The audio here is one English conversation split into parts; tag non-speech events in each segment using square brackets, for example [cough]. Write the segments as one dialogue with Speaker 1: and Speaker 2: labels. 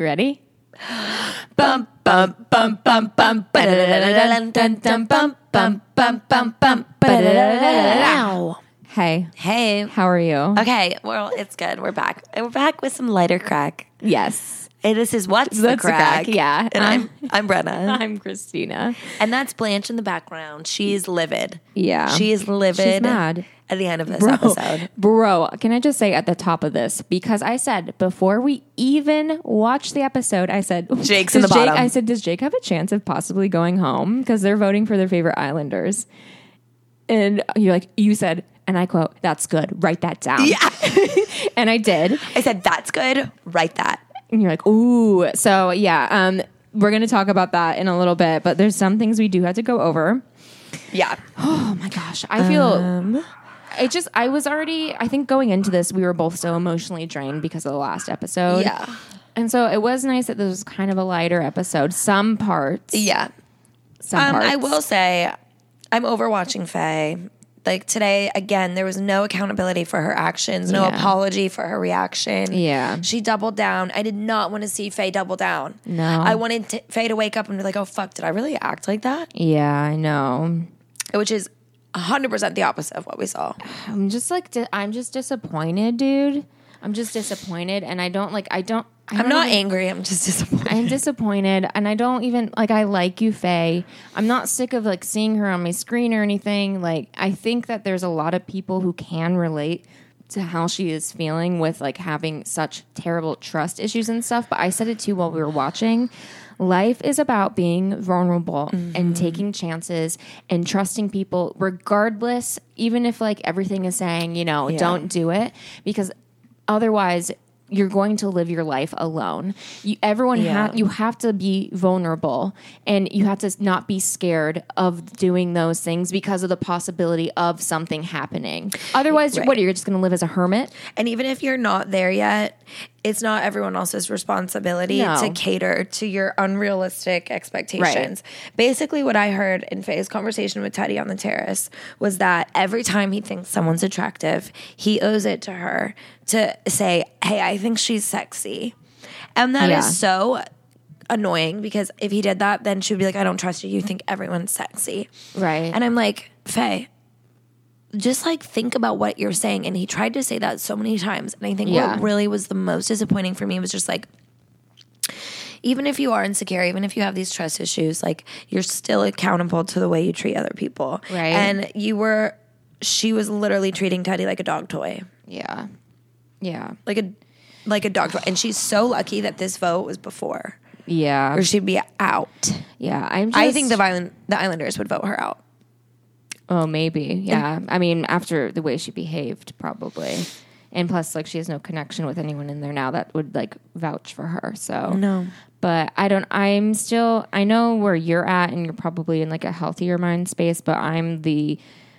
Speaker 1: Ready? bum bum bum bum bum ba-da-da-da-da-dum, dum dum bum bum bum bum bum ba-da-da-da-da-da-da. Hey,
Speaker 2: Hey.
Speaker 1: how are you?
Speaker 2: Okay, well, it's good. We're back. And we're back with some lighter crack.
Speaker 1: Yes,
Speaker 2: Hey, this is What's the
Speaker 1: That's the
Speaker 2: Crack?
Speaker 1: crack, yeah.
Speaker 2: And I'm, I'm Brenna.
Speaker 1: I'm Christina.
Speaker 2: and that's Blanche in the background. She's livid.
Speaker 1: Yeah.
Speaker 2: She is livid.
Speaker 1: She's mad.
Speaker 2: At the end of this
Speaker 1: Bro,
Speaker 2: episode.
Speaker 1: bro, can I just say at the top of this because I said before we even watched the episode, I said
Speaker 2: Jake's in
Speaker 1: "Does
Speaker 2: the
Speaker 1: Jake,
Speaker 2: bottom."
Speaker 1: I said, does Jake have a chance of possibly going home because they're voting for their favorite Islanders? And you're like, you said, and I quote, "That's good. Write that down."
Speaker 2: Yeah.
Speaker 1: and I did.
Speaker 2: I said, that's good. Write that.
Speaker 1: And you're like, ooh. So yeah, um, we're gonna talk about that in a little bit, but there's some things we do have to go over.
Speaker 2: Yeah.
Speaker 1: Oh my gosh, I feel. Um, it just I was already I think going into this we were both so emotionally drained because of the last episode.
Speaker 2: Yeah.
Speaker 1: And so it was nice that this was kind of a lighter episode. Some parts.
Speaker 2: Yeah.
Speaker 1: Some
Speaker 2: Um,
Speaker 1: parts.
Speaker 2: I will say, I'm overwatching Faye. Like today, again, there was no accountability for her actions, no
Speaker 1: Yeah.
Speaker 2: apology for her reaction.
Speaker 1: Yeah.
Speaker 2: She doubled down. I did not want to see Faye double down.
Speaker 1: No.
Speaker 2: I wanted to, Faye to wake up and be like, oh, fuck, did I really act like that?
Speaker 1: Yeah, I know.
Speaker 2: Which is 100% the opposite of what we saw.
Speaker 1: I'm just like di- I'm just disappointed, dude. I'm just disappointed and I don't like I don't I
Speaker 2: I'm
Speaker 1: don't
Speaker 2: not
Speaker 1: even-
Speaker 2: angry. I'm just disappointed.
Speaker 1: I'm disappointed and I don't even like I like you, Faye. I'm not sick of like seeing her on my screen or anything. Like I think that there's a lot of people who can relate to how she is feeling with like having such terrible trust issues and stuff. But I said it too while we were watching. Life is about being vulnerable and taking chances and trusting people regardless, even if like everything is saying, you know, don't do it because otherwise you're going to live your life alone. You, everyone, ha- you have to be vulnerable, and you have to not be scared of doing those things because of the possibility of something happening. Otherwise, what you're just going to live as a hermit?
Speaker 2: And even if you're not there yet, it's not everyone else's responsibility
Speaker 1: No.
Speaker 2: to cater to your unrealistic expectations. Basically, what I heard in Faye's conversation with Teddy on the terrace was that every time he thinks someone's attractive, he owes it to her to say, Hey, I think she's sexy. And that is
Speaker 1: Yeah.
Speaker 2: so annoying because if he did that, then she would be like, I don't trust you. You think everyone's sexy.
Speaker 1: Right.
Speaker 2: And I'm like, Faye, just like think about what you're saying. And he tried to say that so many times. And I think
Speaker 1: Yeah.
Speaker 2: what really was the most disappointing for me was just like, even if you are insecure, even if you have these trust issues, like you're still accountable to the way you treat other people.
Speaker 1: Right.
Speaker 2: And you were, she was literally treating Teddy like a dog toy,
Speaker 1: yeah, yeah,
Speaker 2: like a, like a dog toy. And she's so lucky that this vote was before,
Speaker 1: yeah,
Speaker 2: or she'd be out.
Speaker 1: yeah. I'm. Just,
Speaker 2: I think the violent, the Islanders would vote her out.
Speaker 1: Oh, maybe. Yeah. I mean, after the way she behaved, probably. And plus, like, she has no connection with anyone in there now that would, like, vouch for her. So, no. But I don't, I'm still, I know where you're at and you're probably in, like, a healthier mind space, but I'm the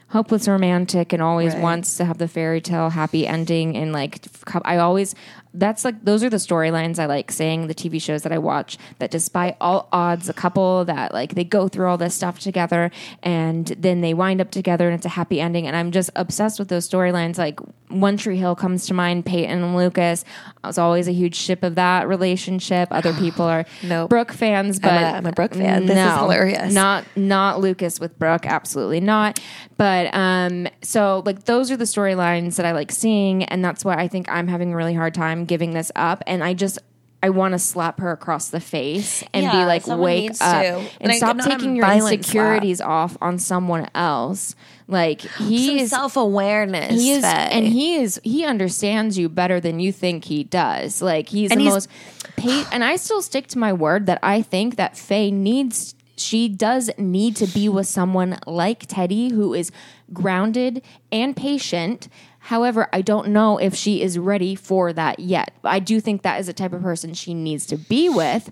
Speaker 1: hopeless romantic and always wants to have the fairy tale happy ending. And, like, f- co- I always, that's like, those are the storylines I like saying the TV shows that I watch that despite all odds, a couple that, like, they go through all this stuff together and then they wind up together and it's a happy ending. And I'm just obsessed with those storylines. Like One Tree Hill comes to mind, Peyton and Lucas. I was always a huge ship of that relationship. Other people are
Speaker 2: Nope.
Speaker 1: Brooke fans, but
Speaker 2: a- I'm a Brooke fan. This is hilarious.
Speaker 1: Not not Lucas with Brooke, absolutely not. But um, so like those are the storylines that I like seeing, and that's why I think I'm having a really hard time giving this up. And I just I want to slap her across the face and be
Speaker 2: Yeah,
Speaker 1: like,
Speaker 2: someone
Speaker 1: wake
Speaker 2: needs
Speaker 1: up
Speaker 2: to.
Speaker 1: and,
Speaker 2: And I-
Speaker 1: stop
Speaker 2: not a
Speaker 1: taking your
Speaker 2: violent
Speaker 1: insecurities off on someone else. Like he is
Speaker 2: Self awareness.
Speaker 1: he is, and he is he understands you better than you think he does. Like he's the
Speaker 2: he's-
Speaker 1: most. Pa- and I still stick to my word that I think that Faye needs. She does need to be with someone like Teddy, who is grounded and patient. However, I don't know if she is ready for that yet. I do think that is the type of person she needs to be with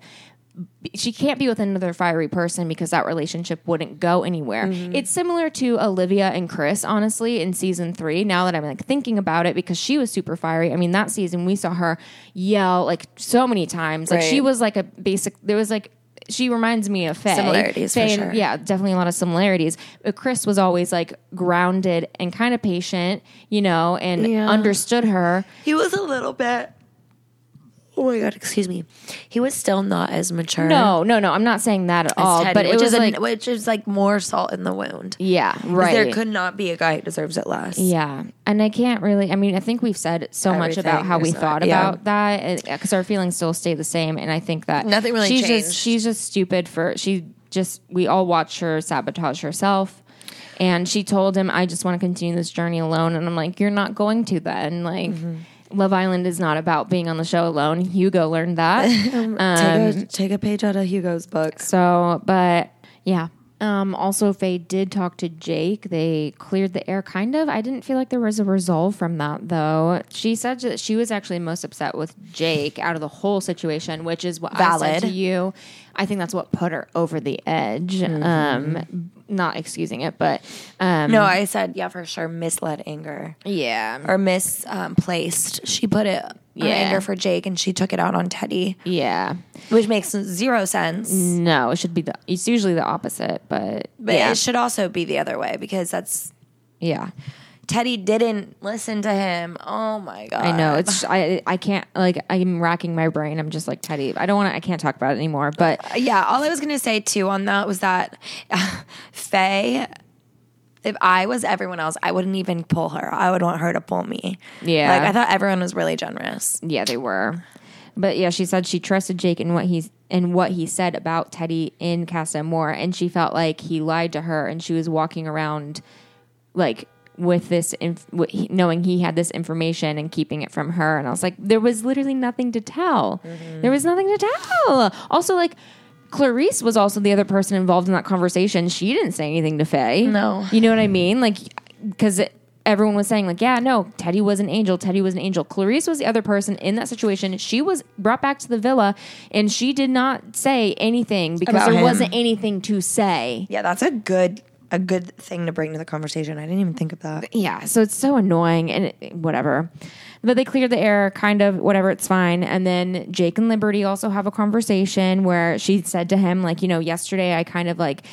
Speaker 1: she can't be with another fiery person because that relationship wouldn't go anywhere.
Speaker 2: Mm-hmm.
Speaker 1: It's similar to Olivia and Chris, honestly, in season three. Now that I'm like thinking about it, because she was super fiery. I mean, that season we saw her yell like so many times. Like she
Speaker 2: Right.
Speaker 1: was like a basic. There was like she reminds me of Faye.
Speaker 2: Similarities, for
Speaker 1: Faye and-
Speaker 2: sure.
Speaker 1: Yeah, definitely a lot of similarities. But Chris was always like grounded and kind of patient, you know, and
Speaker 2: Yeah.
Speaker 1: understood her.
Speaker 2: He was a little bit. oh my god, excuse me. He was still not as mature.
Speaker 1: No, no, no. I'm not saying that at
Speaker 2: as
Speaker 1: all.
Speaker 2: Teddy,
Speaker 1: but it
Speaker 2: which
Speaker 1: was
Speaker 2: is
Speaker 1: like,
Speaker 2: a, which is like more salt in the wound.
Speaker 1: yeah, right.
Speaker 2: There could not be a guy who deserves it less.
Speaker 1: yeah, and I can't really. I mean, I think we've said so much about
Speaker 2: Everything
Speaker 1: how we
Speaker 2: is not-
Speaker 1: thought
Speaker 2: yeah.
Speaker 1: about that because our feelings still stay the same, and I think that
Speaker 2: Nothing really
Speaker 1: she's
Speaker 2: changed.
Speaker 1: Just, she's just stupid for she just. We all watch her sabotage herself, and she told him, "I just want to continue this journey alone." And I'm like, "You're not going to then." Like,
Speaker 2: Mm-hmm.
Speaker 1: Love Island is not about being on the show alone. Hugo learned
Speaker 2: [laughs]
Speaker 1: that.
Speaker 2: Um,
Speaker 1: um,
Speaker 2: take, a, take a page out of Hugo's books.
Speaker 1: So, but yeah. Um, also, Faye did talk to Jake. They cleared the air, kind of. I didn't feel like there was a resolve from that, though. She said that she was actually most upset with Jake out of the whole situation, which is what I said
Speaker 2: Valid.
Speaker 1: to you. I think that's what put her over the edge. Um, not excusing it, but um,
Speaker 2: Mm-hmm. No, I said yeah for sure. Misled anger
Speaker 1: yeah,
Speaker 2: or misplaced. She put it yeah.
Speaker 1: Yeah.
Speaker 2: anger for Jake, and she took it out on Teddy,
Speaker 1: yeah.
Speaker 2: which makes zero sense.
Speaker 1: Mm, No, it should be the. It's usually the opposite, but,
Speaker 2: But
Speaker 1: yeah,
Speaker 2: it should also be the other way because that's
Speaker 1: yeah.
Speaker 2: Teddy didn't listen to him. Oh my god!
Speaker 1: I know it's I I can't like I'm racking my brain. I'm just like Teddy. I don't want to. I can't talk about it anymore. But
Speaker 2: yeah, all I was gonna say too on that was that [laughs] Faye. If I was everyone else, I wouldn't even pull her. I would want her to pull me.
Speaker 1: Yeah.
Speaker 2: like I thought everyone was really generous.
Speaker 1: yeah, they were. But yeah, she said she trusted Jake and what he's and what he said about Teddy in Casa More, and she felt like he lied to her, and she was walking around like with this inf- wi- he- knowing he had this information and keeping it from her and i was like there was literally nothing to tell
Speaker 2: Mm-hmm.
Speaker 1: there was nothing to tell also like clarice was also the other person involved in that conversation she didn't say anything to faye
Speaker 2: No.
Speaker 1: you know what i mean like because everyone was saying like yeah no teddy was an angel teddy was an angel clarice was the other person in that situation she was brought back to the villa and she did not say anything because
Speaker 2: About
Speaker 1: there
Speaker 2: him.
Speaker 1: wasn't anything to say
Speaker 2: Yeah, that's a good a good thing to bring to the conversation. I didn't even think of that.
Speaker 1: yeah so it's so annoying and it, whatever but they cleared the air kind of whatever it's fine and then jake and liberty also have a conversation where she said to him like you know yesterday i kind of like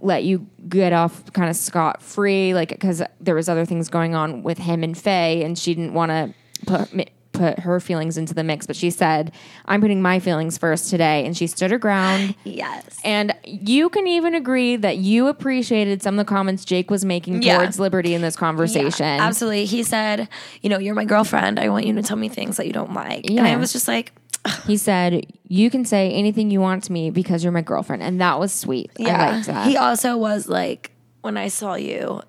Speaker 1: let you get off kind of scot free like because there was other things going on with him and faye and she didn't want to put mi- put her feelings into the mix but she said i'm putting my feelings first today and she stood her ground
Speaker 2: [laughs] Yes.
Speaker 1: and you can even agree that you appreciated some of the comments Jake was making
Speaker 2: Yeah.
Speaker 1: towards Liberty in this conversation.
Speaker 2: Yeah, absolutely. He said, you know, you're my girlfriend. I want you to tell me things that you don't like. And I
Speaker 1: Yeah.
Speaker 2: was just like, [sighs]
Speaker 1: He said, You can say anything you want to me because you're my girlfriend. And that was sweet. I liked that.
Speaker 2: He also was like, when I saw you,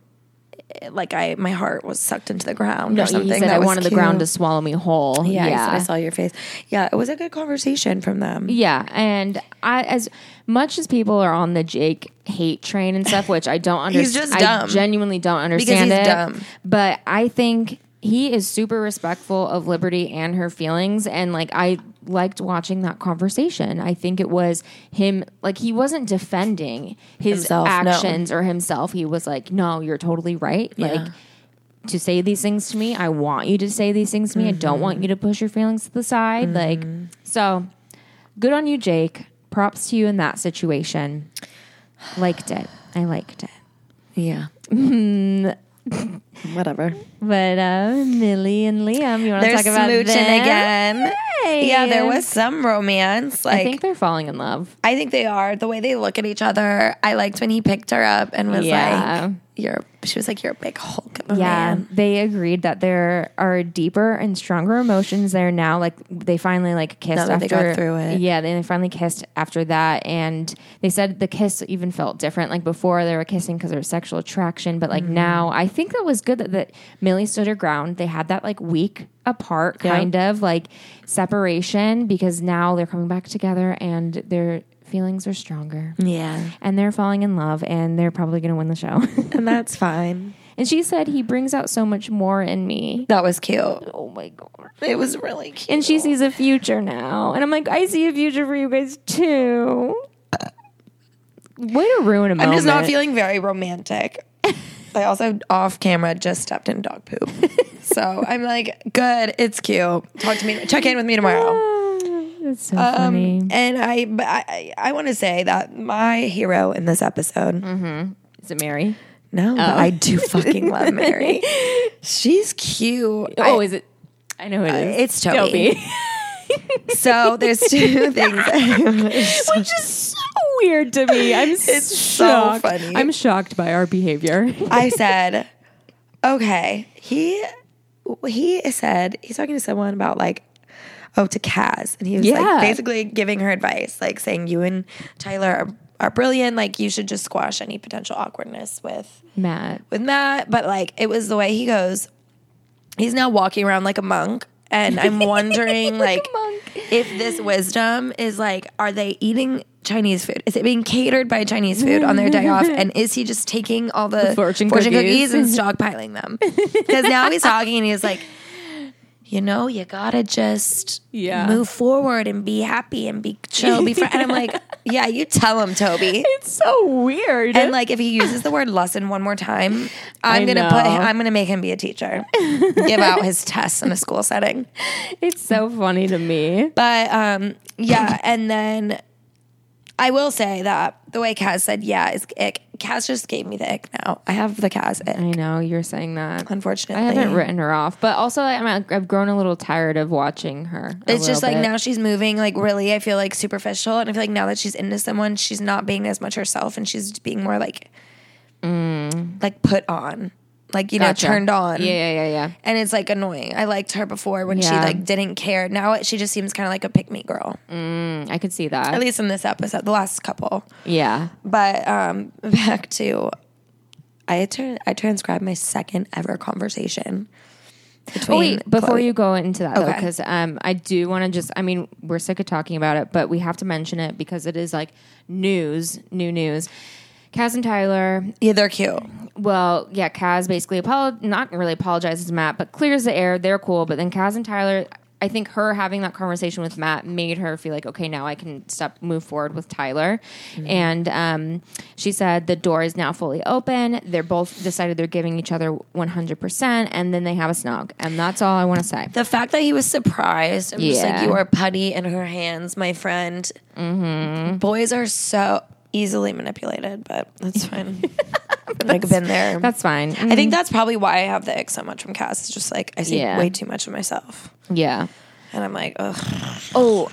Speaker 2: it- like I, my heart was sucked into the ground or
Speaker 1: No,
Speaker 2: something.
Speaker 1: he said,
Speaker 2: That
Speaker 1: I
Speaker 2: was
Speaker 1: wanted the
Speaker 2: cute.
Speaker 1: ground to swallow me whole.
Speaker 2: Yeah,
Speaker 1: Yeah.
Speaker 2: he said, I saw your face. Yeah, it was a good conversation from them.
Speaker 1: Yeah, and I as much as people are on the Jake hate train and stuff, which I don't understand.
Speaker 2: [laughs] He's just dumb.
Speaker 1: I genuinely don't understand
Speaker 2: he's
Speaker 1: it.
Speaker 2: dumb.
Speaker 1: But I think he is super respectful of Liberty and her feelings, and like I liked watching that conversation. I think it was him like he wasn't defending his
Speaker 2: Himself, no.
Speaker 1: actions or himself. He was like, "No, you're totally right." Like to say these things to me. I want you to say these things to me. I don't want you to push your feelings to the side. Like, so good on you, Jake. Props to you in that situation. Liked it. I liked it.
Speaker 2: [laughs] Yeah. Whatever.
Speaker 1: But uh, Millie and Liam, you want to
Speaker 2: They're
Speaker 1: talk about
Speaker 2: smooching
Speaker 1: them?
Speaker 2: again.
Speaker 1: Hey.
Speaker 2: Yeah, there was some romance. Like
Speaker 1: I think they're falling in love.
Speaker 2: they are. The way they look at each other. I liked when he picked her up and was
Speaker 1: Yeah.
Speaker 2: like, "You're." She was like, "You're a big Hulk of a
Speaker 1: Yeah,
Speaker 2: Oh, man."
Speaker 1: they agreed that there are deeper and stronger emotions there now. Like they finally like kissed
Speaker 2: that they
Speaker 1: after
Speaker 2: got through it.
Speaker 1: Yeah, they finally kissed after that, and they said the kiss even felt different. Like before, they were kissing because there was sexual attraction, but
Speaker 2: Mm-hmm.
Speaker 1: like now, I think that was good that, that Millie stood her ground. They had that like week apart, kind of like separation, because now they're coming back together and their feelings are
Speaker 2: Mm.
Speaker 1: stronger.
Speaker 2: Yeah,
Speaker 1: And they're falling in love, and they're probably going to win the show. [laughs]
Speaker 2: and that's fine.
Speaker 1: And she said, He brings out so much more in me.
Speaker 2: That was cute.
Speaker 1: Oh my God.
Speaker 2: It was really cute.
Speaker 1: And she sees a future now. And I'm like, I see a future for you guys too. Uh, Way to ruin a moment.
Speaker 2: I'm just not feeling very romantic. I also off camera just stepped in dog [laughs] poop. so I'm like, good, it's cute. Talk to me, check in with me tomorrow.
Speaker 1: Ah, That's so
Speaker 2: Um,
Speaker 1: funny.
Speaker 2: And I, but I, I want to say that my hero in this episode,
Speaker 1: Is it Mary?
Speaker 2: no, but I do fucking
Speaker 1: [laughs]
Speaker 2: love Mary. [laughs] She's cute. I-
Speaker 1: oh, is it? I know who it is.
Speaker 2: it's Oh, Toby. so there's [laughs]
Speaker 1: [laughs]
Speaker 2: two things.
Speaker 1: which is so weird to me. I'm
Speaker 2: It's so
Speaker 1: shocked.
Speaker 2: funny.
Speaker 1: I'm shocked by our [laughs] behavior.
Speaker 2: [laughs] I said, okay. He he said he's talking to someone about like oh to Kaz, and he was
Speaker 1: Yeah.
Speaker 2: like basically giving her advice, like saying you and Tyler are, are brilliant. Like you should just squash any potential awkwardness with
Speaker 1: Matt,
Speaker 2: with Matt, but like it was the way he goes. He's now walking around like a monk.
Speaker 1: [laughs]
Speaker 2: And I'm wondering,
Speaker 1: Like
Speaker 2: like,
Speaker 1: a monk.
Speaker 2: if this wisdom is like, are they eating Chinese food? Is it being catered by Chinese food on their day
Speaker 1: [laughs]
Speaker 2: off? And is he just taking all the,
Speaker 1: fortune
Speaker 2: cookies.
Speaker 1: cookies. [laughs]
Speaker 2: and stockpiling them? Because now he's talking and he's like, you know, you gotta just
Speaker 1: Yeah.
Speaker 2: move forward and be happy and be chill. Be fr-. And
Speaker 1: [laughs]
Speaker 2: I'm like, yeah, you tell him, Toby.
Speaker 1: it's so weird.
Speaker 2: And like if he uses the word lesson one more time, I'm
Speaker 1: I
Speaker 2: gonna
Speaker 1: know.
Speaker 2: put I'm gonna make him be a teacher. give out his tests in a school setting.
Speaker 1: it's so funny to me.
Speaker 2: But um
Speaker 1: [laughs]
Speaker 2: yeah, and then I will say that the way Kaz said yeah is ick. Kaz just gave me the ick now. I have the Kaz ick,
Speaker 1: I know you're saying that. I
Speaker 2: unfortunately.
Speaker 1: haven't written her off, but also I'm, I've grown a little tired of watching her. a
Speaker 2: it's just
Speaker 1: little
Speaker 2: like
Speaker 1: bit.
Speaker 2: now she's moving like really I feel like superficial and I feel like now that she's into someone she's not being as much herself and she's being more like like put on. Like you
Speaker 1: Mm. Gotcha.
Speaker 2: know turned on.
Speaker 1: Yeah, yeah, yeah, yeah.
Speaker 2: and it's like annoying. I liked her before when she
Speaker 1: Yeah.
Speaker 2: like didn't care. Now she just seems kind of like a pick me girl.
Speaker 1: Mm, I could see that.
Speaker 2: At least in this episode, the last couple.
Speaker 1: yeah.
Speaker 2: But um [laughs] back to I turn I transcribed my second ever conversation. Between
Speaker 1: Oh, wait, before
Speaker 2: Chloe-
Speaker 1: you go into that, though,
Speaker 2: Okay.
Speaker 1: because um, I do want to just, I mean, we're sick of talking about it, but we have to mention it because it is like news, new news. Kaz and Tyler,
Speaker 2: yeah, they're cute.
Speaker 1: well, yeah, Kaz basically apolog- not really apologizes to Matt, but clears the air. They're cool. But then Kaz and Tyler, I think her having that conversation with Matt made her feel like, okay, now I can step move forward with Tyler.
Speaker 2: Mm-hmm.
Speaker 1: And um, she said the door is now fully open. They're both decided they're giving each other 100%, and then they have a snog. And that's all I want to say.
Speaker 2: The fact that he was surprised, I'm just like
Speaker 1: Yeah.
Speaker 2: you are putty in her hands, my friend. Boys are so easily manipulated, but that's fine. [laughs] like been there.
Speaker 1: That's fine.
Speaker 2: I think that's probably why I have the ick so much from Cass. It's just like I see
Speaker 1: Mm. Yeah.
Speaker 2: way too much of myself,
Speaker 1: yeah.
Speaker 2: and I'm like, ugh.
Speaker 1: Oh,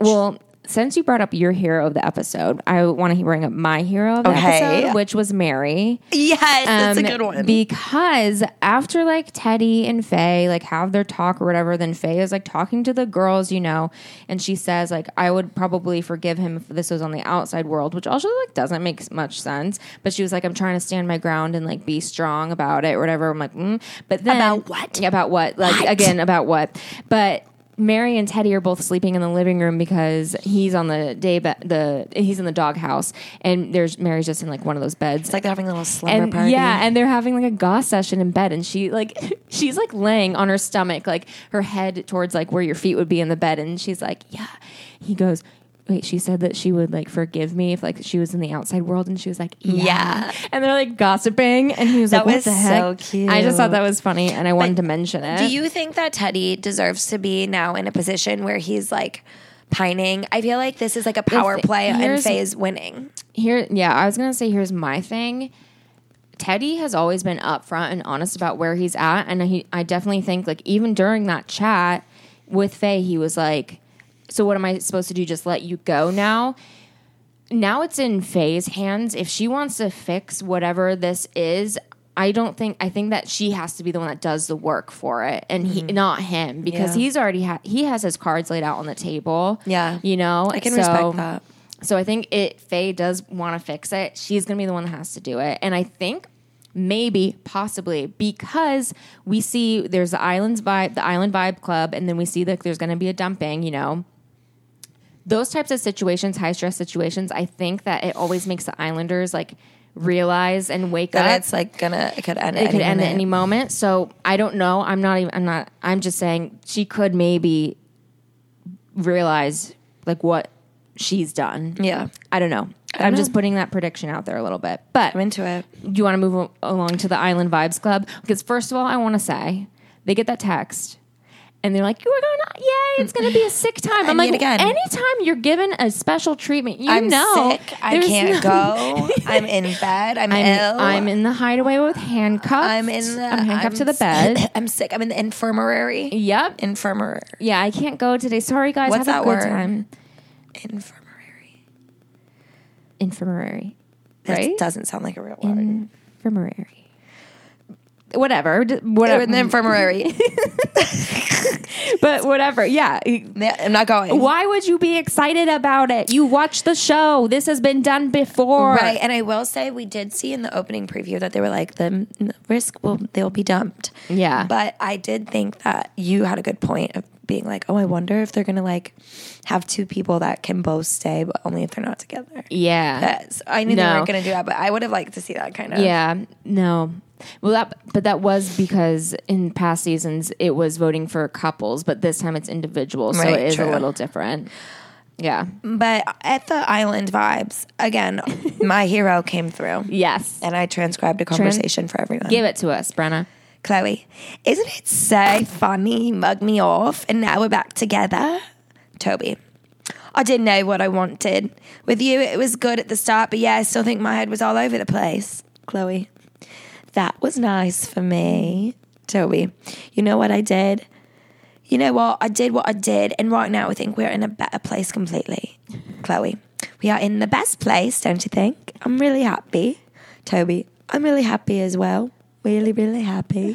Speaker 1: well, since you brought up your hero of the episode, I want to bring up my hero of the
Speaker 2: Okay.
Speaker 1: episode, which was Mary.
Speaker 2: Yes, that's a
Speaker 1: Um,
Speaker 2: good one.
Speaker 1: Because after like Teddy and Faye like have their talk or whatever, then Faye is like talking to the girls, you know, and she says like I would probably forgive him if this was on the outside world, which also like doesn't make s- much sense. But she was like, I'm trying to stand my ground and like be strong about it or whatever. I'm like, mm. but then
Speaker 2: About what?
Speaker 1: Yeah, About what? Like again, about what? But. Mary and Teddy are both sleeping in the living room because he's on the day be- the he's in the doghouse and there's Mary's just in like one of those beds
Speaker 2: it's like they're having a little slumber
Speaker 1: and
Speaker 2: party.
Speaker 1: yeah, and they're having like a goss session in bed, and she like [laughs] she's like laying on her stomach, like her head towards like where your feet would be in the bed, and she's like, yeah. He goes, wait. She said that she would like forgive me if like she was in the outside world, and she was like, yeah.
Speaker 2: Yeah.
Speaker 1: And they're like gossiping, and he was like,
Speaker 2: That
Speaker 1: what
Speaker 2: was
Speaker 1: the heck?
Speaker 2: so cute.
Speaker 1: I just thought that was funny, and I wanted to mention it.
Speaker 2: Do you think that Teddy deserves to be now in a position where he's like pining? I feel like this is like a power
Speaker 1: thi-
Speaker 2: play, and
Speaker 1: here's-
Speaker 2: Faye's winning.
Speaker 1: Here, yeah, I was gonna say here's my thing. Teddy has always been upfront and honest about where he's at, and he, I definitely think like even during that chat with Faye, he was like, "So what am I supposed to do? Just let you go now?" Now it's in Faye's hands. If she wants to fix whatever this is, I don't think I think that she has to be the one that does the work for it, and he, not him because
Speaker 2: Mm-hmm. Yeah.
Speaker 1: he's already ha- he has his cards laid out on the table.
Speaker 2: Yeah.
Speaker 1: you know,
Speaker 2: I can
Speaker 1: So-
Speaker 2: respect that.
Speaker 1: so I think it Faye does want to fix it. She's gonna be the one that has to do it. And I think maybe, possibly, because we see there's the islands vibe, the island vibe club, and then we see that there's gonna be a dumping, you know. Those types of situations, high stress situations, I think that it always makes the islanders like realize and wake
Speaker 2: That
Speaker 1: up
Speaker 2: it's like gonna it could end.
Speaker 1: it could end at any moment. So I don't know. I'm not even. I'm not. I'm just saying she could maybe realize like what she's done.
Speaker 2: Yeah.
Speaker 1: I don't know. I'm just putting that prediction out there a little bit. But
Speaker 2: I'm into it.
Speaker 1: do you want to move a- along to the Island Vibes Club? Because first of all, I want to say they get that text. and they're like, "We're gonna, yay! It's gonna be a sick time." I'm
Speaker 2: I
Speaker 1: like,
Speaker 2: mean, again-
Speaker 1: anytime you're given a special treatment, you
Speaker 2: I'm
Speaker 1: know,
Speaker 2: sick. I
Speaker 1: there's
Speaker 2: can't
Speaker 1: no- [laughs]
Speaker 2: go. I'm in bed. I'm,
Speaker 1: I'm,
Speaker 2: ill.
Speaker 1: I'm in the hideaway with handcuffs.
Speaker 2: I'm in the.
Speaker 1: I'm handcuffed to the
Speaker 2: s-
Speaker 1: bed.
Speaker 2: [laughs] I'm sick. I'm in the infirmary.
Speaker 1: yep.
Speaker 2: Infirmary.
Speaker 1: Yeah, I can't go today. Sorry, guys.
Speaker 2: What's
Speaker 1: Have
Speaker 2: that
Speaker 1: a good
Speaker 2: word?
Speaker 1: time.
Speaker 2: Infirmary.
Speaker 1: Infirmary,
Speaker 2: That
Speaker 1: right?
Speaker 2: doesn't sound like a real word.
Speaker 1: Infirmary. Whatever, d- whatever.
Speaker 2: We're in the infirmary.
Speaker 1: [laughs] but whatever, yeah.
Speaker 2: Yeah, I'm not going.
Speaker 1: Why would you be excited about it? You watch the show. This has been done before.
Speaker 2: Right, and I will say we did see in the opening preview that they were like the the risk will they'll be dumped.
Speaker 1: Yeah.
Speaker 2: but I did think that you had a good point of being like, oh, I wonder if they're gonna like have two people that can both stay, but only if they're not together.
Speaker 1: Yeah.
Speaker 2: Yes, I knew they
Speaker 1: No.
Speaker 2: weren't gonna do that, but I would have liked to see that kind of.
Speaker 1: Yeah, no. Well, that but that was because in past seasons it was voting for couples, but this time it's individual, so
Speaker 2: Right,
Speaker 1: it is
Speaker 2: true.
Speaker 1: a little different. Yeah.
Speaker 2: But at the island vibes
Speaker 1: [laughs]
Speaker 2: again, my hero came through.
Speaker 1: Yes.
Speaker 2: And I transcribed a conversation for everyone.
Speaker 1: Give it to us,
Speaker 2: [laughs]
Speaker 1: Brenna.
Speaker 2: Chloe, isn't it so funny you mugged me off and now we're back together? Toby, I didn't know what I wanted. With you, it was good at the start, but yeah, I still think my head was all over the place. Chloe, that was nice for me. Toby, you know what I did? You know what? I did what I did, and right now I think we're in a better place completely. Chloe, we are in the best place, don't you think? I'm really happy. Toby, I'm really happy as well. Really,
Speaker 1: [laughs]
Speaker 2: really happy.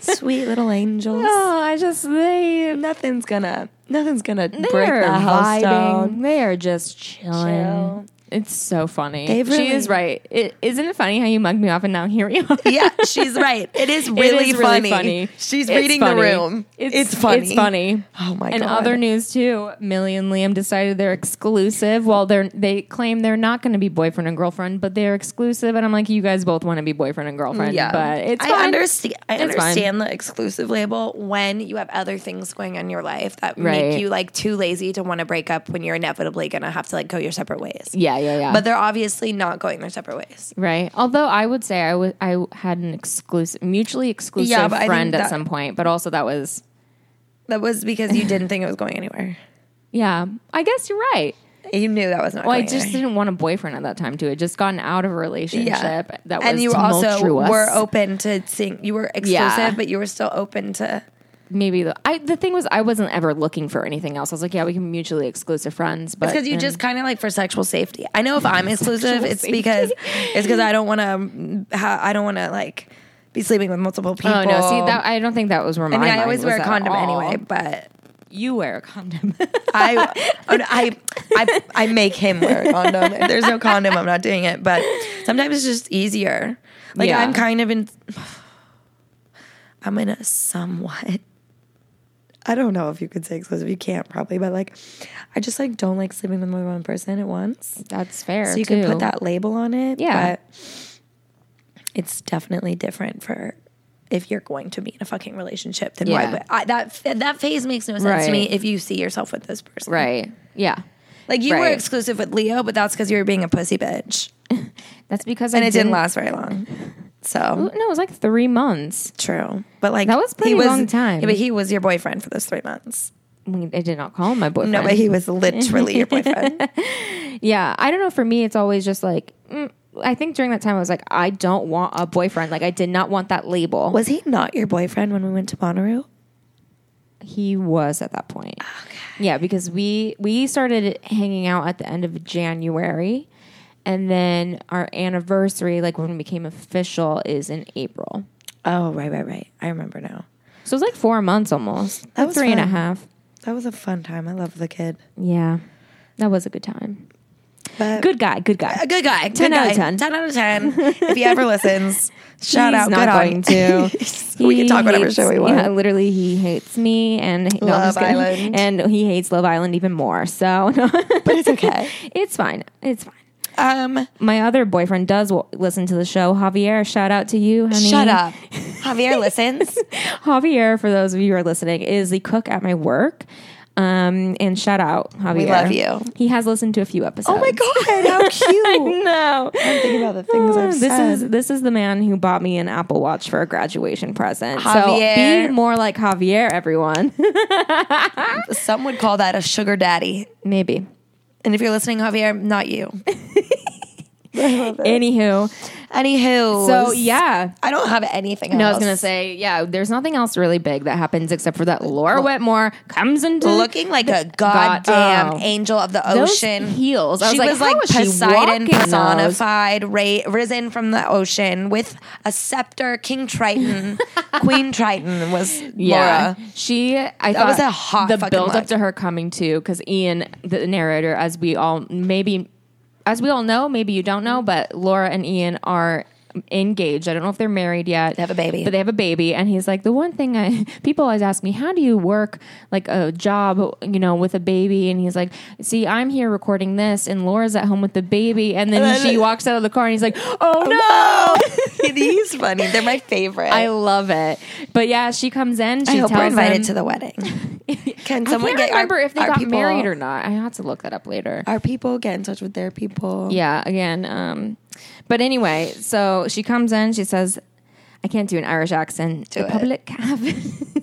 Speaker 2: Sweet little angels.
Speaker 1: Oh, I just they
Speaker 2: Nothing's gonna, nothing's gonna break
Speaker 1: they're
Speaker 2: the house
Speaker 1: vibing.
Speaker 2: down.
Speaker 1: They are just chilling.
Speaker 2: Chill.
Speaker 1: It's so funny.
Speaker 2: They really-
Speaker 1: she is right. It, isn't it funny how you mugged me off and now here we are?
Speaker 2: Yeah,
Speaker 1: [laughs]
Speaker 2: she's right. It is
Speaker 1: It
Speaker 2: really,
Speaker 1: is
Speaker 2: funny.
Speaker 1: funny.
Speaker 2: She's
Speaker 1: It's
Speaker 2: reading
Speaker 1: funny.
Speaker 2: the room. It's, funny.
Speaker 1: It's funny.
Speaker 2: Oh my
Speaker 1: In
Speaker 2: god.
Speaker 1: other news too, Millie and Liam decided they're exclusive. Well, they're they claim they're not going to be boyfriend and girlfriend, but they're exclusive. And I'm like, you guys both want to be boyfriend and girlfriend.
Speaker 2: Yeah,
Speaker 1: but it's
Speaker 2: I
Speaker 1: fine.
Speaker 2: understand. I
Speaker 1: It's fine.
Speaker 2: understand the exclusive label when you have other things going on in your life that
Speaker 1: Right.
Speaker 2: make you like too lazy to want to break up when you're inevitably gonna have to like go your separate ways.
Speaker 1: Yeah, yeah, yeah.
Speaker 2: But they're obviously not going their separate ways.
Speaker 1: right. Although I would say I w- I had an exclusive, mutually exclusive
Speaker 2: Yeah, but I think
Speaker 1: friend at
Speaker 2: that-
Speaker 1: some point, but also that was
Speaker 2: That was because you didn't think it was going anywhere.
Speaker 1: yeah. I guess you're right.
Speaker 2: You knew that was not.
Speaker 1: Well, I
Speaker 2: going
Speaker 1: just
Speaker 2: anywhere.
Speaker 1: didn't want a boyfriend at that time too. I just gotten out of a relationship that was
Speaker 2: and you
Speaker 1: tumultuous.
Speaker 2: also were open to seeing. You were exclusive,
Speaker 1: Yeah.
Speaker 2: but you were still open to.
Speaker 1: maybe the I the thing was I wasn't ever looking for anything else. I was like, yeah, we can be mutually exclusive friends, but
Speaker 2: Because you
Speaker 1: and-
Speaker 2: just kind of like for sexual safety. I know if I'm exclusive, it's because it's because I don't want to. Ha- I don't want to like be sleeping with multiple people.
Speaker 1: oh no, see that I don't think that was where my
Speaker 2: I mean, I
Speaker 1: mind
Speaker 2: always
Speaker 1: was
Speaker 2: wear a
Speaker 1: at
Speaker 2: condom
Speaker 1: all.
Speaker 2: anyway, but
Speaker 1: You wear a condom.
Speaker 2: [laughs] I, oh, no, I, I, I make him wear a condom. If
Speaker 1: [laughs]
Speaker 2: there's no condom, I'm not doing it. But sometimes it's just easier. Like
Speaker 1: Yeah.
Speaker 2: I'm kind of in. I'm in a somewhat. I don't know if you could say exclusive. You can't probably, but like, I just like don't like sleeping with more than one person at once.
Speaker 1: That's fair.
Speaker 2: So you
Speaker 1: too.
Speaker 2: can put that label on it.
Speaker 1: Yeah.
Speaker 2: But it's definitely different for if you're going to be in a fucking relationship than why.
Speaker 1: Yeah.
Speaker 2: But I, that that phase makes no sense to
Speaker 1: Right.
Speaker 2: me if you see yourself with this person.
Speaker 1: right. Yeah.
Speaker 2: Like you were
Speaker 1: Right.
Speaker 2: exclusive with Leo, but that's because you were being a pussy bitch,
Speaker 1: That's because
Speaker 2: and
Speaker 1: I Oh,
Speaker 2: it didn't last very long. So
Speaker 1: No, it was like three months.
Speaker 2: true, but like
Speaker 1: That was
Speaker 2: he
Speaker 1: pretty long time.
Speaker 2: Yeah, but he was your boyfriend for those three months.
Speaker 1: I mean, I did not call him my boyfriend.
Speaker 2: No,
Speaker 1: [laughs]
Speaker 2: but he was literally your boyfriend.
Speaker 1: yeah, I don't know. For me, it's always just like. Mm, I think during that time I was like, I don't want a boyfriend. Like I did not want that label.
Speaker 2: Was he not your boyfriend when we went to Bonnaroo?
Speaker 1: He was at that point. Yeah, because we we started hanging out at the end of January, and then our anniversary, like when it became official, is in April.
Speaker 2: Oh, right, right, right. I remember now.
Speaker 1: So it's like four months almost.
Speaker 2: That
Speaker 1: Like
Speaker 2: was
Speaker 1: three and a
Speaker 2: fun.
Speaker 1: half.
Speaker 2: That was a fun time. I love the kid.
Speaker 1: Yeah, that was a good time.
Speaker 2: But
Speaker 1: Good guy. Good guy.
Speaker 2: a good guy.
Speaker 1: 10
Speaker 2: good
Speaker 1: out of 10.
Speaker 2: guy. 10 out of 10. [laughs] if he ever [laughs] listens, shout
Speaker 1: He's
Speaker 2: out.
Speaker 1: not
Speaker 2: good on
Speaker 1: going
Speaker 2: [laughs]
Speaker 1: [laughs]
Speaker 2: you.
Speaker 1: to.
Speaker 2: we can
Speaker 1: He
Speaker 2: talk whatever
Speaker 1: hates-
Speaker 2: show we want.
Speaker 1: Yeah, literally, he hates me and no, I'm
Speaker 2: Love
Speaker 1: just kidding.
Speaker 2: Island.
Speaker 1: and he hates Love Island even more. So, [laughs] but
Speaker 2: it's okay.
Speaker 1: it's fine. It's fine.
Speaker 2: Um,
Speaker 1: my other boyfriend does w- listen to the show. Javier, shout out to you, honey.
Speaker 2: shut up.
Speaker 1: [laughs]
Speaker 2: Javier listens.
Speaker 1: Javier, for those of you who are listening, is the cook at my work. Um, and shout out Javier.
Speaker 2: We love you.
Speaker 1: He has listened to a few episodes.
Speaker 2: Oh my god, [laughs] how
Speaker 1: [laughs]
Speaker 2: cute!
Speaker 1: No.
Speaker 2: I'm thinking about the things I've
Speaker 1: Hmm, this
Speaker 2: said.
Speaker 1: is this is the man who bought me an Apple Watch for a graduation present. So
Speaker 2: Javier.
Speaker 1: be more like Javier, everyone. [laughs]
Speaker 2: Some would call that a sugar daddy.
Speaker 1: Maybe.
Speaker 2: And if you're listening, Javier, not you. [laughs] I love it.
Speaker 1: Anywho,
Speaker 2: Anywho,
Speaker 1: so yeah.
Speaker 2: I don't have anything.
Speaker 1: No, I
Speaker 2: else.
Speaker 1: was gonna say, yeah. There's nothing else really big that happens except for that Laura Wetmore comes into
Speaker 2: looking like a goddamn
Speaker 1: oh.
Speaker 2: angel of the
Speaker 1: Those
Speaker 2: ocean.
Speaker 1: heels. I
Speaker 2: she
Speaker 1: was like,
Speaker 2: was like
Speaker 1: how is she
Speaker 2: Poseidon
Speaker 1: walking those?
Speaker 2: personified, ra- risen from the ocean with a scepter.
Speaker 1: [laughs]
Speaker 2: King Triton, Queen Triton was Laura.
Speaker 1: She, I that
Speaker 2: was a hot
Speaker 1: the
Speaker 2: fucking
Speaker 1: build up
Speaker 2: look.
Speaker 1: to her coming to because Ian, the narrator, as we all maybe, as we all know, maybe you don't know, but Laura and Ian are engaged. I don't know if they're married yet. They
Speaker 2: have a baby.
Speaker 1: but they have a baby, and he's like the one thing I [laughs] people always ask me, how do you work like a job, you know, with a baby? And he's like, see, I'm here recording this, and Laura's at home with the baby, and then
Speaker 2: And then-
Speaker 1: she walks out of the car, and he's like, oh no.
Speaker 2: no, [laughs] he's funny. They're my favorite.
Speaker 1: I love it, but yeah, she comes in. She
Speaker 2: I hope
Speaker 1: tells
Speaker 2: we're invited
Speaker 1: him-
Speaker 2: to the wedding.
Speaker 1: [laughs]
Speaker 2: Can someone
Speaker 1: I can't
Speaker 2: get our-
Speaker 1: remember if they
Speaker 2: our
Speaker 1: got
Speaker 2: people-
Speaker 1: married or not. I have to look that up later.
Speaker 2: Our people get in touch with their people.
Speaker 1: Uh, yeah, again. Um, but anyway, so she comes in. She says, "I can't do an Irish accent.
Speaker 2: Do
Speaker 1: the
Speaker 2: it.
Speaker 1: public [laughs] have.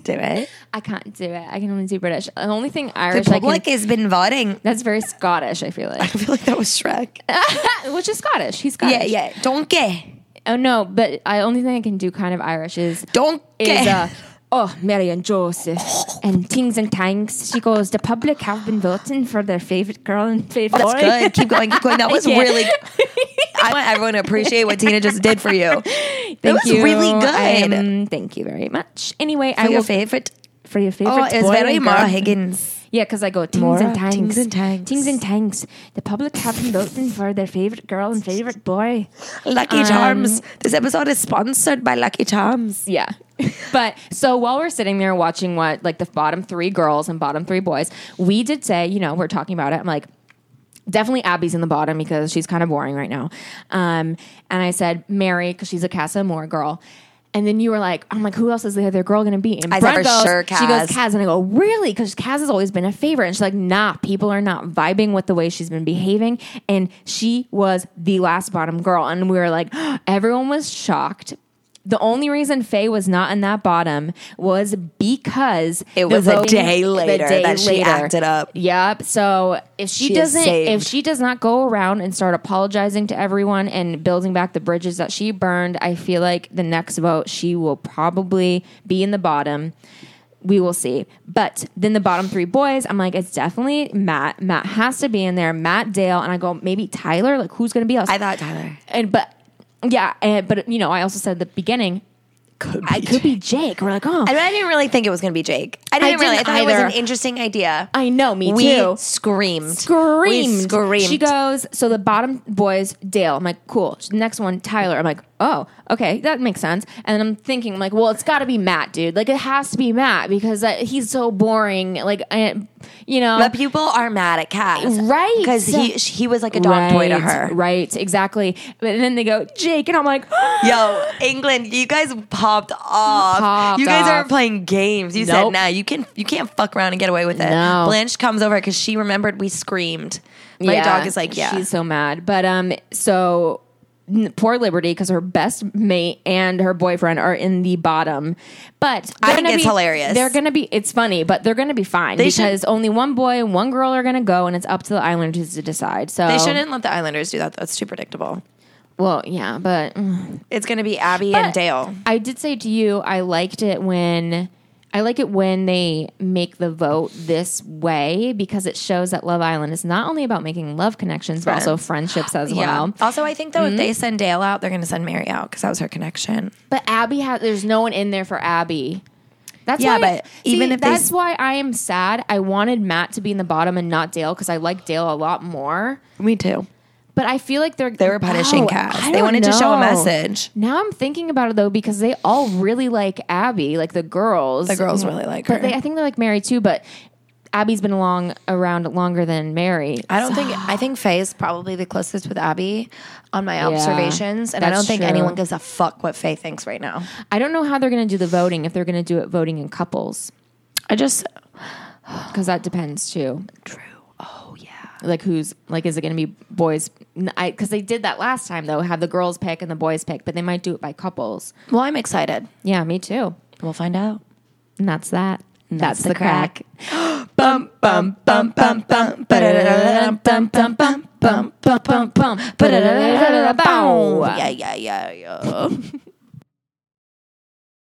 Speaker 2: Do it.
Speaker 1: I can't do it. I can only do British. The only thing
Speaker 2: The
Speaker 1: Irish I can.
Speaker 2: public has been voting.
Speaker 1: That's very Scottish. I feel like, [laughs]
Speaker 2: [laughs] I feel like that was Shrek.
Speaker 1: which is Scottish. He's Scottish.
Speaker 2: yeah, yeah. Don't get.
Speaker 1: Oh no, but I only thing I can do kind of Irish [laughs] is
Speaker 2: Don't
Speaker 1: is
Speaker 2: get.
Speaker 1: uh, oh Mary and Joseph and things and tanks. She goes, the public have been voting for their favorite girl and favorite
Speaker 2: That's
Speaker 1: boy.
Speaker 2: good. Keep going. [laughs] Keep going. That was
Speaker 1: Yeah. [laughs]
Speaker 2: really. I want everyone to appreciate what Tina just did [laughs] for you.
Speaker 1: Thank
Speaker 2: was
Speaker 1: you.
Speaker 2: really good.
Speaker 1: Um, thank you very much. Anyway, I
Speaker 2: For your
Speaker 1: will
Speaker 2: favorite.
Speaker 1: for your favorite.
Speaker 2: Oh, it's
Speaker 1: boy
Speaker 2: very
Speaker 1: and girl.
Speaker 2: Mara Higgins.
Speaker 1: Yeah, because I go tings
Speaker 2: Mara,
Speaker 1: and tanks,
Speaker 2: tings and tanks.
Speaker 1: tings and tanks. The public have been voting for their favorite girl and favorite boy.
Speaker 2: Lucky
Speaker 1: Um,
Speaker 2: Charms. This episode is sponsored by Lucky Charms.
Speaker 1: Yeah. [laughs] But so while we're sitting there watching what like the bottom three girls and bottom three boys, we did say, you know, we're talking about it. I'm like, definitely Abby's in the bottom because she's kind of boring right now. Um, and I said Mary because she's a Casa Moore girl. And then you were like, I'm like, who else is the other girl going to be? And
Speaker 2: I said, for
Speaker 1: goes,
Speaker 2: sure
Speaker 1: she goes,
Speaker 2: Kaz.
Speaker 1: Kaz. And I go, really? Because Kaz has always been a favorite. And she's like, nah, people are not vibing with the way she's been behaving. And she was the last bottom girl. And we were like, [gasps] everyone was shocked. The only reason Faye was not in that bottom was because
Speaker 2: It
Speaker 1: the
Speaker 2: was a
Speaker 1: voting-
Speaker 2: day
Speaker 1: the
Speaker 2: later
Speaker 1: day
Speaker 2: that she acted up.
Speaker 1: Yep. So if she,
Speaker 2: She is
Speaker 1: doesn't, if
Speaker 2: saved.
Speaker 1: she does not go around and start apologizing to everyone and building back the bridges that she burned, I feel like the next vote she will probably be in the bottom. We will see. But then the bottom three boys, I'm like, it's definitely Matt. Matt has to be in there. Matt Dale, and I go maybe Tyler. Like who's going to be else?
Speaker 2: I thought Tyler.
Speaker 1: and but yeah, and but you know, I also said at the beginning,
Speaker 2: Could
Speaker 1: I could be Jake. We're like, oh,
Speaker 2: I, mean, I didn't really think it was going to be Jake. I didn't, really. I
Speaker 1: didn't
Speaker 2: thought it
Speaker 1: either.
Speaker 2: was an interesting idea.
Speaker 1: I know, me
Speaker 2: we
Speaker 1: too.
Speaker 2: screamed.
Speaker 1: screamed.
Speaker 2: We screamed.
Speaker 1: She goes, so the bottom boys, Dale. I'm like, cool. Next one, Tyler. I'm like, oh, okay, that makes sense. And I'm thinking, I'm like, well, it's got to be Matt, dude. Like, it has to be Matt because uh, he's so boring. Like, I, you know.
Speaker 2: but people are mad at Kaz.
Speaker 1: Right.
Speaker 2: Because he, sh- he was like a dog toy to her.
Speaker 1: Right, exactly. And then they go, Jake. And I'm like, [gasps] oh,
Speaker 2: Yo, England, you guys popped off.
Speaker 1: Popped
Speaker 2: you guys
Speaker 1: off.
Speaker 2: aren't playing games. You
Speaker 1: Nope.
Speaker 2: said nah, you can you can't fuck around and get away with it.
Speaker 1: No.
Speaker 2: Blanche comes over because she remembered we screamed. My
Speaker 1: Yeah,
Speaker 2: dog is like, yeah.
Speaker 1: she's so mad. But um, so n- poor Liberty because her best mate and her boyfriend are in the bottom. But they're
Speaker 2: think
Speaker 1: gonna
Speaker 2: it's
Speaker 1: be-
Speaker 2: hilarious.
Speaker 1: They're gonna be. It's funny, but they're gonna be fine
Speaker 2: should-
Speaker 1: because only one boy and one girl are gonna go, and it's up to the Islanders to decide. So
Speaker 2: they shouldn't let the Islanders do that. That's too predictable.
Speaker 1: Well, yeah, but mm.
Speaker 2: It's gonna be Abby and
Speaker 1: But
Speaker 2: Dale.
Speaker 1: I did say to you, I liked it when I like it when they make the vote this way because it shows that Love Island is not only about making love connections but also friendships as well. Mm-hmm.
Speaker 2: Also, I think though if they send Dale out, they're gonna send Mary out because that was her connection.
Speaker 1: But Abby has. There's no one in there for Abby. That's
Speaker 2: Yeah,
Speaker 1: why,
Speaker 2: but even
Speaker 1: see,
Speaker 2: if they
Speaker 1: that's
Speaker 2: s-
Speaker 1: why I am sad. I wanted Matt to be in the bottom and not Dale because I like Dale a lot more.
Speaker 2: Me too.
Speaker 1: But I feel like they're
Speaker 2: They were punishing
Speaker 1: Oh,
Speaker 2: Cass.
Speaker 1: I
Speaker 2: They
Speaker 1: don't
Speaker 2: wanted to show a
Speaker 1: know.
Speaker 2: message.
Speaker 1: Now I'm thinking about it though because they all really like Abby, like the girls.
Speaker 2: The girls really like her.
Speaker 1: But they, I think they like Mary too, but Abby's been along around longer than Mary.
Speaker 2: I don't think [sighs] I think Faye is probably the closest with Abby on my observations, and I
Speaker 1: that's
Speaker 2: don't think
Speaker 1: true.
Speaker 2: anyone gives a fuck what Faye thinks right now.
Speaker 1: I don't know how they're going to do the voting if they're going to do it voting in couples.
Speaker 2: I just
Speaker 1: because that depends too.
Speaker 2: true. Oh yeah.
Speaker 1: Like who's like is it going to be boys? N- I because they did that last time though. Have the girls pick and the boys pick, but they might do it by couples.
Speaker 2: Well, I'm excited.
Speaker 1: Yeah, me too.
Speaker 2: We'll find out.
Speaker 1: And that's that.
Speaker 2: That's the crack. Bum bum bum bum bum ba-da-da-da-da-dum, bum bum bum bum bum bum bum ba-da-da-da-da-da-da-bow. Yeah yeah yeah yeah.